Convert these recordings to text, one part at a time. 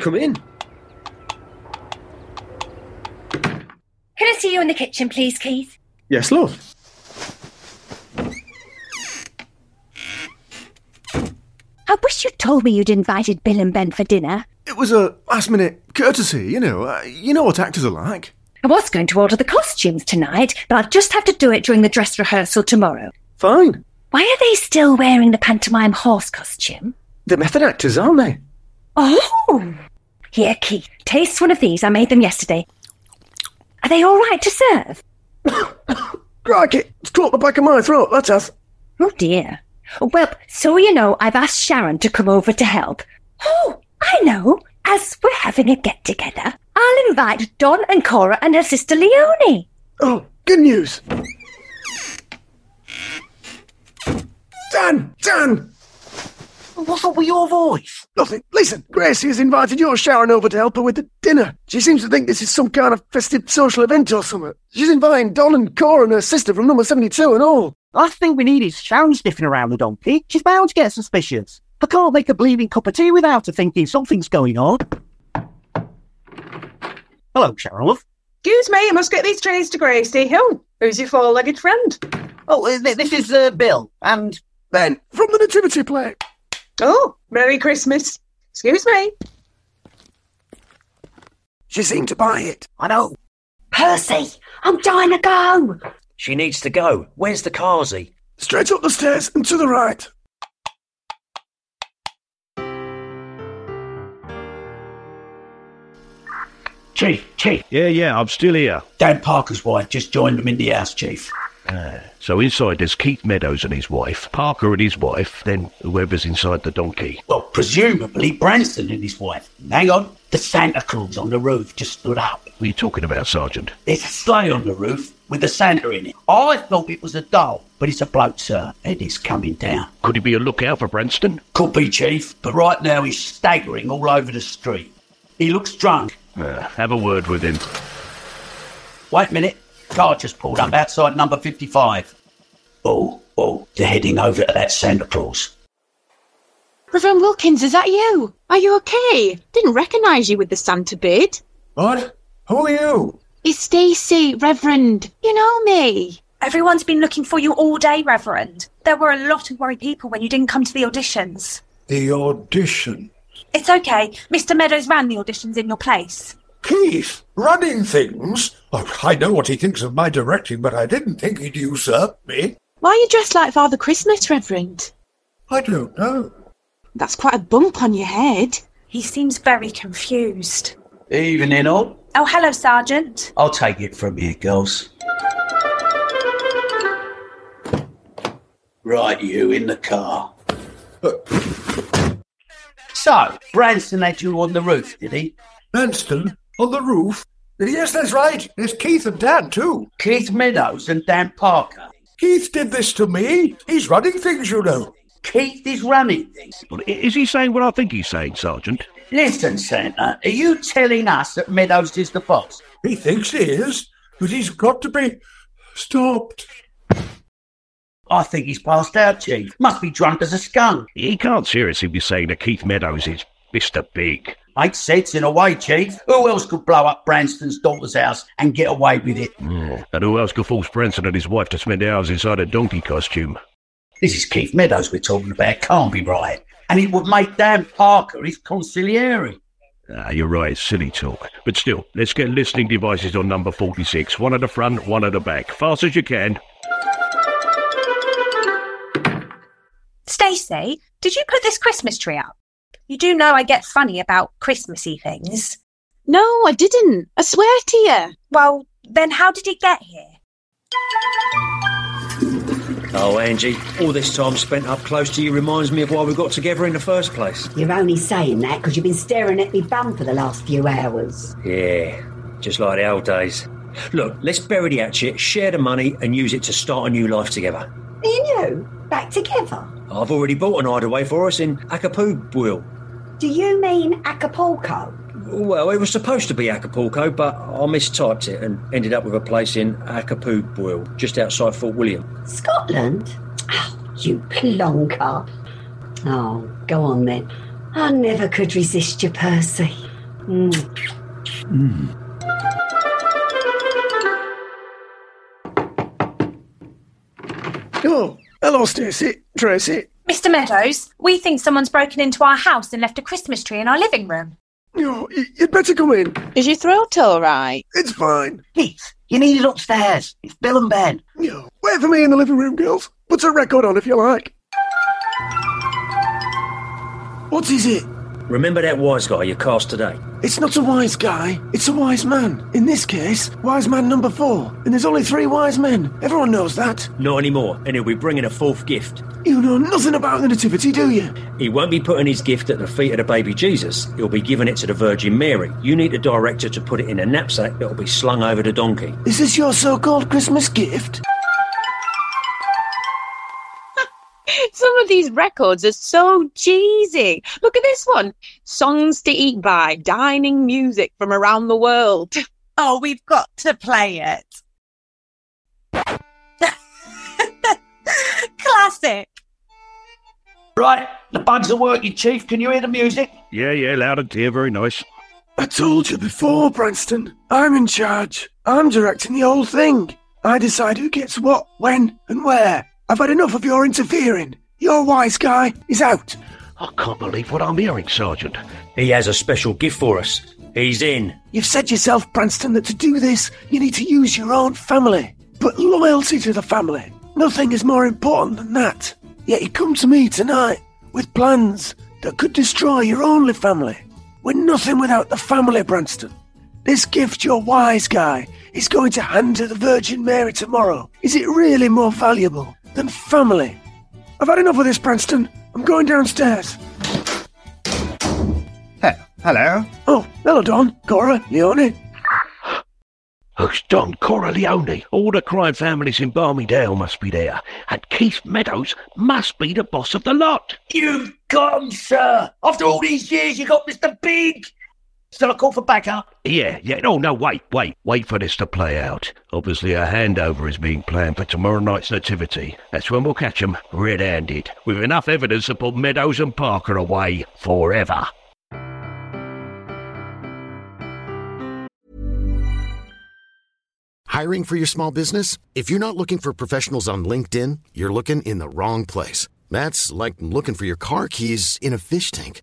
Come in. Can I see you in the kitchen, please, Keith? Yes, love. I wish you'd told me you'd invited Bill and Ben for dinner. It was a last minute courtesy, you know. Uh, you know what actors are like. I was going to order the costumes tonight, but I'll just have to do it during the dress rehearsal tomorrow. Fine. Why are they still wearing the pantomime horse costume? They're method actors, aren't they? Oh! Here, Keith, taste one of these. I made them yesterday. Are they all right to serve? Crikey, it's caught the back of my throat, that has. Oh dear. Well, so you know, I've asked Sharon to come over to help. Oh, I know. As we're having a get together, I'll invite Don and Cora and her sister Leonie. Oh, good news. Dan! Dan! What's up with your voice? Nothing. Listen, Gracie has invited your Sharon over to help her with the dinner. She seems to think this is some kind of festive social event or something. She's inviting Don and Cora and her sister from number 72 and all. Last thing we need is Sharon sniffing around the donkey. She's bound to get suspicious. I can't make a bleeding cup of tea without her thinking something's going on. Hello, Sharon love. Excuse me, I must get these trays to Gracie. Who? Who's your four-legged friend? Oh, uh, th- this is uh, Bill and Ben, from the Nativity play. Oh, Merry Christmas. Excuse me. She seemed to buy it. I know Percy, I'm dying to go. she needs to go. Where's the Kazi? Straight up the stairs and to the right. Chief, Chief, Yeah, yeah, I'm still here. Dan Parker's wife just joined them in the house, Chief. So inside there's Keith Meadows and his wife, Parker and his wife, then whoever's inside the donkey. Well, presumably Branson and his wife. Hang on, the Santa Claus on the roof just stood up. What are you talking about, Sergeant? There's a sleigh on the roof with a Santa in it. I thought it was a doll, but it's a bloke, sir. It is coming down. Could he be a lookout for Branston? Could be, Chief, but right now he's staggering all over the street. He looks drunk. Uh, have a word with him. Wait a minute. Car just pulled up outside number 55. Oh, oh, they're heading over to that Santa Claus. Reverend Wilkins, is that you? Are you okay? Didn't recognise you with the Santa beard. What? Who are you? It's Stacy, Reverend. You know me. Everyone's been looking for you all day, Reverend. There were a lot of worried people when you didn't come to the auditions. The audition. It's okay. Mr. Meadows ran the auditions in your place. Keith, running things? Oh, I know what he thinks of my directing, but I didn't think he'd usurp me. Why are you dressed like Father Christmas, Reverend? I don't know. That's quite a bump on your head. He seems very confused. Evening all. Oh, hello, Sergeant. I'll take it from here, girls. Right, you in the car. So, Branston had you on the roof, did he? Branston? On the roof? Yes, that's right. There's Keith and Dan, too. Keith Meadows and Dan Parker. Keith did this to me. He's running things, you know. Keith is running things. Well, i- Is he saying what I think he's saying, Sergeant? Listen, Santa, are you telling us that Meadows is the boss? He thinks he is, but he's got to be stopped. I think he's passed out, Chief. Must be drunk as a skunk. He can't seriously be saying that Keith Meadows is Mr. Big. Makes sense in a way, Chief. Who else could blow up Branston's daughter's house and get away with it? Yeah. Hmm. And who else could force Branson and his wife to spend hours inside a donkey costume? This is Keith Meadows we're talking about. Can't be right. And it would make Dan Parker his consigliere. Ah, you're right, it's silly talk. But still, let's get listening devices on number 46. One at the front, one at the back. Fast as you can. Stacey, did you put this Christmas tree up? You do know I get funny about Christmassy things. No, I didn't. I swear to you. Well, then how did it get here? Oh, Angie, all this time spent up close to you reminds me of why we got together in the first place. You're only saying that because you've been staring at me bum for the last few hours. Yeah, just like the old days. Look, let's bury the hatchet, share the money, and use it to start a new life together. Me and you, back together. I've already bought an hideaway for us in Acapulco. Do you mean Acapulco? Well, it was supposed to be Acapulco, but I mistyped it and ended up with a place in Acapulco, just outside Fort William. Scotland? Oh, you plonker. Oh, go on then. I never could resist you, Percy. Mm. Oh, hello, Stacey. Tracy. Mr. Meadows, we think someone's broken into our house and left a Christmas tree in our living room. Oh, y- you'd better come in. Is your throat all right? It's fine. Keith, you need it upstairs. It's Bill and Ben. Wait for me in the living room, girls. Put a record on if you like. What is it? Remember that wise guy you cast today? It's not a wise guy, it's a wise man. In this case, wise man number four. And there's only three wise men. Everyone knows that. Not anymore, and he'll be bringing a fourth gift. You know nothing about the Nativity, do you? He won't be putting his gift at the feet of the baby Jesus. He'll be giving it to the Virgin Mary. You need a director to put it in a knapsack that'll be slung over the donkey. Is this your so called Christmas gift? Some of these records are so cheesy. Look at this one Songs to Eat By, Dining Music from Around the World. Oh, we've got to play it. Classic. Right, the bugs are working, Chief. Can you hear the music? Yeah, yeah, loud and clear, very nice. I told you before, Branston. I'm in charge. I'm directing the whole thing. I decide who gets what, when, and where. I've had enough of your interfering. Your wise guy is out. I can't believe what I'm hearing, Sergeant. He has a special gift for us. He's in. You've said yourself, Branston, that to do this, you need to use your own family. But loyalty to the family. Nothing is more important than that. Yet you come to me tonight with plans that could destroy your only family. We're nothing without the family, Branston. This gift your wise guy is going to hand to the Virgin Mary tomorrow. Is it really more valuable than family? I've had enough of this, Branston. I'm going downstairs. Hello. Oh, hello, Don, Cora, Leone. Who's Don Corleone? All the crime families in Barmydale must be there. And Keith Meadows must be the boss of the lot. You've got him, sir. After all these years, you got Mr. Big. Shall I call for backup? Yeah, yeah. No, no, wait, wait. Wait for this to play out. Obviously, a handover is being planned for tomorrow night's nativity. That's when we'll catch 'em red-handed, with enough evidence to put Meadows and Parker away forever. Hiring for your small business? If you're not looking for professionals on LinkedIn, you're looking in the wrong place. That's like looking for your car keys in a fish tank.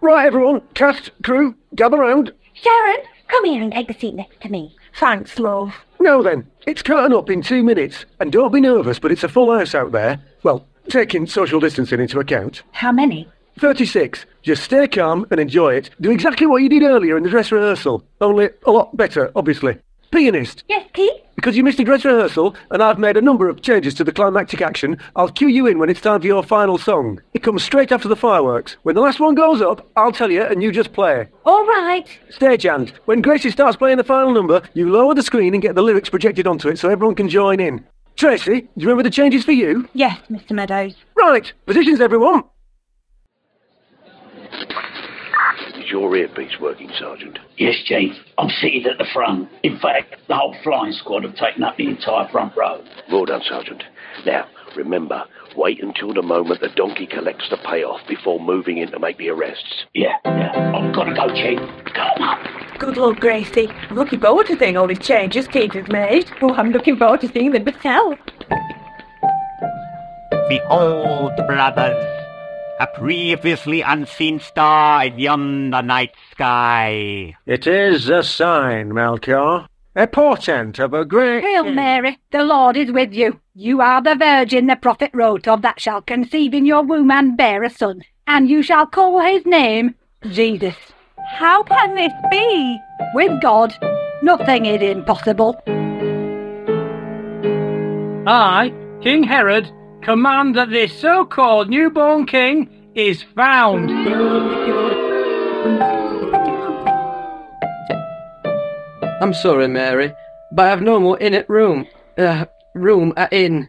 Right, everyone, cast, crew, gather round. Sharon, come here and take the seat next to me. Thanks, love. Now then, it's curtain up in two minutes, and don't be nervous, but it's a full house out there. Well, taking social distancing into account. How many? 36. Just stay calm and enjoy it. Do exactly what you did earlier in the dress rehearsal, only a lot better, obviously. Pianist. Yes, Pete? Because you missed the dress rehearsal, and I've made a number of changes to the climactic action, I'll cue you in when it's time for your final song. It comes straight after the fireworks. When the last one goes up, I'll tell you, and you just play. All right. Stagehand, when Gracie starts playing the final number, you lower the screen and get the lyrics projected onto it so everyone can join in. Tracy, do you remember the changes for you? Yes, Mr. Meadows. Right, positions everyone. Is your earpiece working, Sergeant? Yes, Chief. I'm seated at the front. In fact, the whole flying squad have taken up the entire front row. Well done, Sergeant. Now, remember, wait until the moment the donkey collects the payoff before moving in to make the arrests. Yeah, yeah. I've got to go, Chief. Good Lord Gracie. I'm looking forward to seeing all these changes Kate has made. Oh, I'm looking forward to seeing them myself. Behold, brothers, a previously unseen star in yonder night sky. It is a sign, Melchior. A portent of a great... Hail Mary, the Lord is with you. You are the virgin the prophet wrote of that shall conceive in your womb and bear a son, and you shall call his name Jesus. How can this be? With God, nothing is impossible. I, King Herod, command that this so called newborn king is found. I'm sorry, Mary, but I have no more inn at room. Uh, room at inn.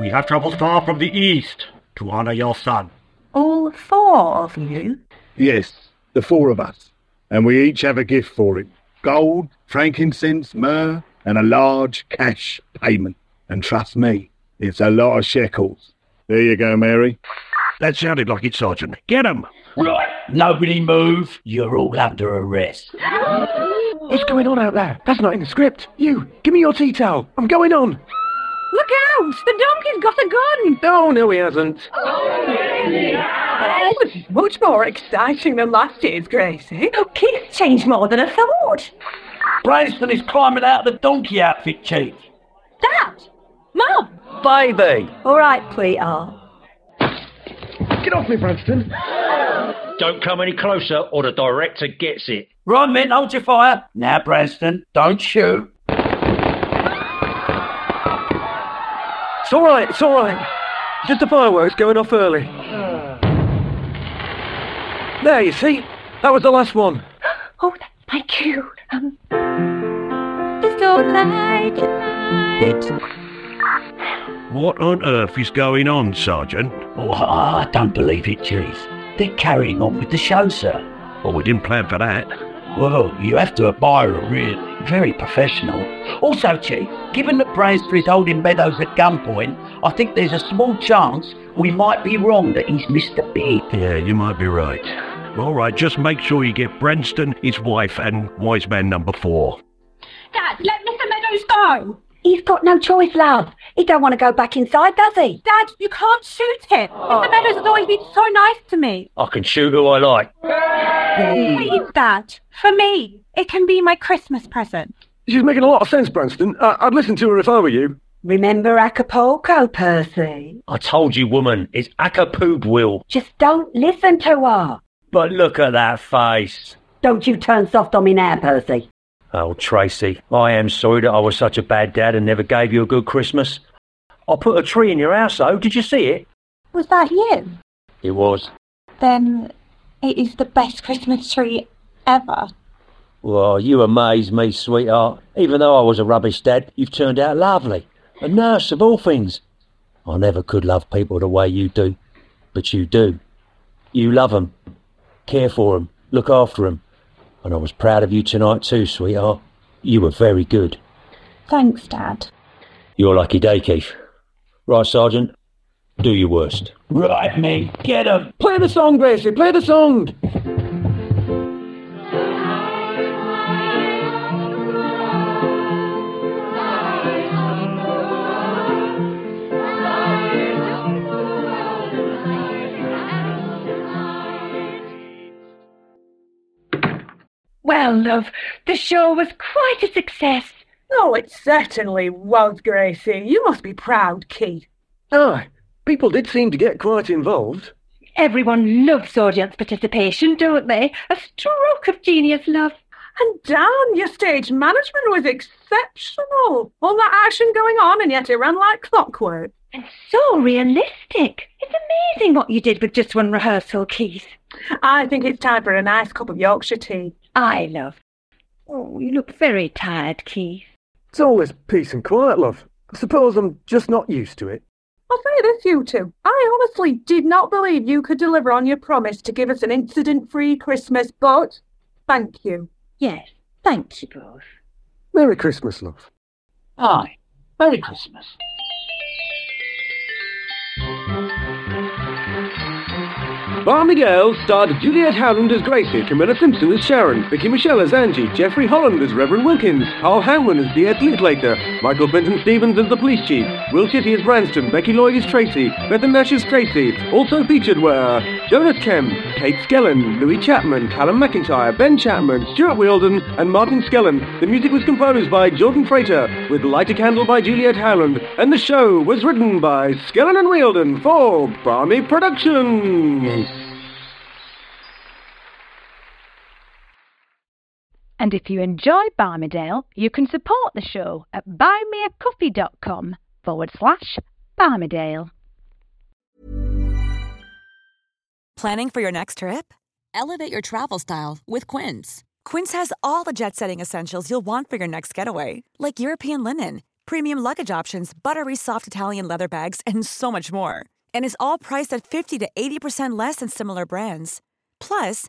We have traveled far from the east to honor your son. All four of you? Yes, the four of us. And we each have a gift for him gold, frankincense, myrrh, and a large cash payment. And trust me, it's a lot of shekels. There you go, Mary. That sounded like it, Sergeant. Get him! Right, nobody move. You're all under arrest. What's going on out there? That's not in the script. You, give me your tea towel. I'm going on. Look out! The donkey's got a gun! Oh, no, he hasn't. That was much more exciting than last year's, Gracie. Oh, Kate's changed more than I thought. Branston is climbing out of the donkey outfit, Chief. Dad! Mum! Baby! All right, sweetheart. Get off me, Branston. Don't come any closer, or the director gets it. Right, men, hold your fire. Now, Branston, don't shoot. It's all right, it's all right. Just the fireworks going off early. There, you see? That was the last one. Oh, that's my cue. Um, it's so light tonight. What on earth is going on, Sergeant? Oh, I don't believe it, Chief. They're carrying on with the show, sir. Well, we didn't plan for that. Well, you have to admire them, really. Very professional. Also, Chief, given that Branston is holding Meadows at gunpoint, I think there's a small chance we might be wrong that he's Mr. Big. Yeah, you might be right. All right, just make sure you get Branston, his wife, and wise man number four. Dad, let Mr. Meadows go! He's got no choice, love. He don't want to go back inside, does he? Dad, you can't shoot him. Mr. Meadows has always been so nice to me. I can shoot who I like. Please, Dad, for me, it can be my Christmas present. She's making a lot of sense, Branston. I- I'd listen to her if I were you. Remember Acapulco, Percy? I told you, woman, it's Acapoob will. Just don't listen to her. But look at that face. Don't you turn soft on me now, Percy. Oh, Tracy, I am sorry that I was such a bad dad and never gave you a good Christmas. I put a tree in your house, though. Did you see it? Was that you? It was. Then it is the best Christmas tree ever. Well, you amaze me, sweetheart. Even though I was a rubbish dad, you've turned out lovely. A nurse, of all things. I never could love people the way you do, but you do. You love 'em, care for 'em, look after 'em, And I was proud of you tonight too, sweetheart. You were very good. Thanks, Dad. You're lucky day, Keith. Right, Sergeant, do your worst. Right, me. Get him. Play the song, Gracie. Play the song. Well, love, the show was quite a success. Oh, it certainly was, Gracie. You must be proud, Keith. Aye, people did seem to get quite involved. Everyone loves audience participation, don't they? A stroke of genius, love. And Dan, your stage management was exceptional. All that action going on, and yet it ran like clockwork. And so realistic. It's amazing what you did with just one rehearsal, Keith. I think it's time for a nice cup of Yorkshire tea. I love. Oh, you look very tired, Keith. It's always peace and quiet, love. I suppose I'm just not used to it. I'll say this, you two. I honestly did not believe you could deliver on your promise to give us an incident free Christmas, but thank you. Yes, thank you both. Merry Christmas, love. Aye. Merry Christmas. Barmy Girls starred Juliet Howland as Gracie, Camilla Simpson as Sharon, Vicky Michelle as Angie, Jeffrey Holland as Reverend Wilkins, Carl Hanlon as D.S. Linklater, Michael Benton Stevens as the police chief, Will Chitty as Branston, Becky Lloyd as Tracy, Bethan Nash as Tracy. Also featured were Jonas Kemp, Kate Skellen, Louis Chapman, Callum McIntyre, Ben Chapman, Stuart Wielden, and Martin Skellen. The music was composed by Jordan Frater, with Light a Candle by Juliet Howland, and the show was written by Skellen and Wielden for Barmy Productions. And if you enjoy Barmydale, you can support the show at buymeacoffee.com forward slash Barmydale. Planning for your next trip? Elevate your travel style with Quince. Quince has all the jet setting essentials you'll want for your next getaway, like European linen, premium luggage options, buttery soft Italian leather bags, and so much more. And is all priced at 50 to 80% less than similar brands. Plus,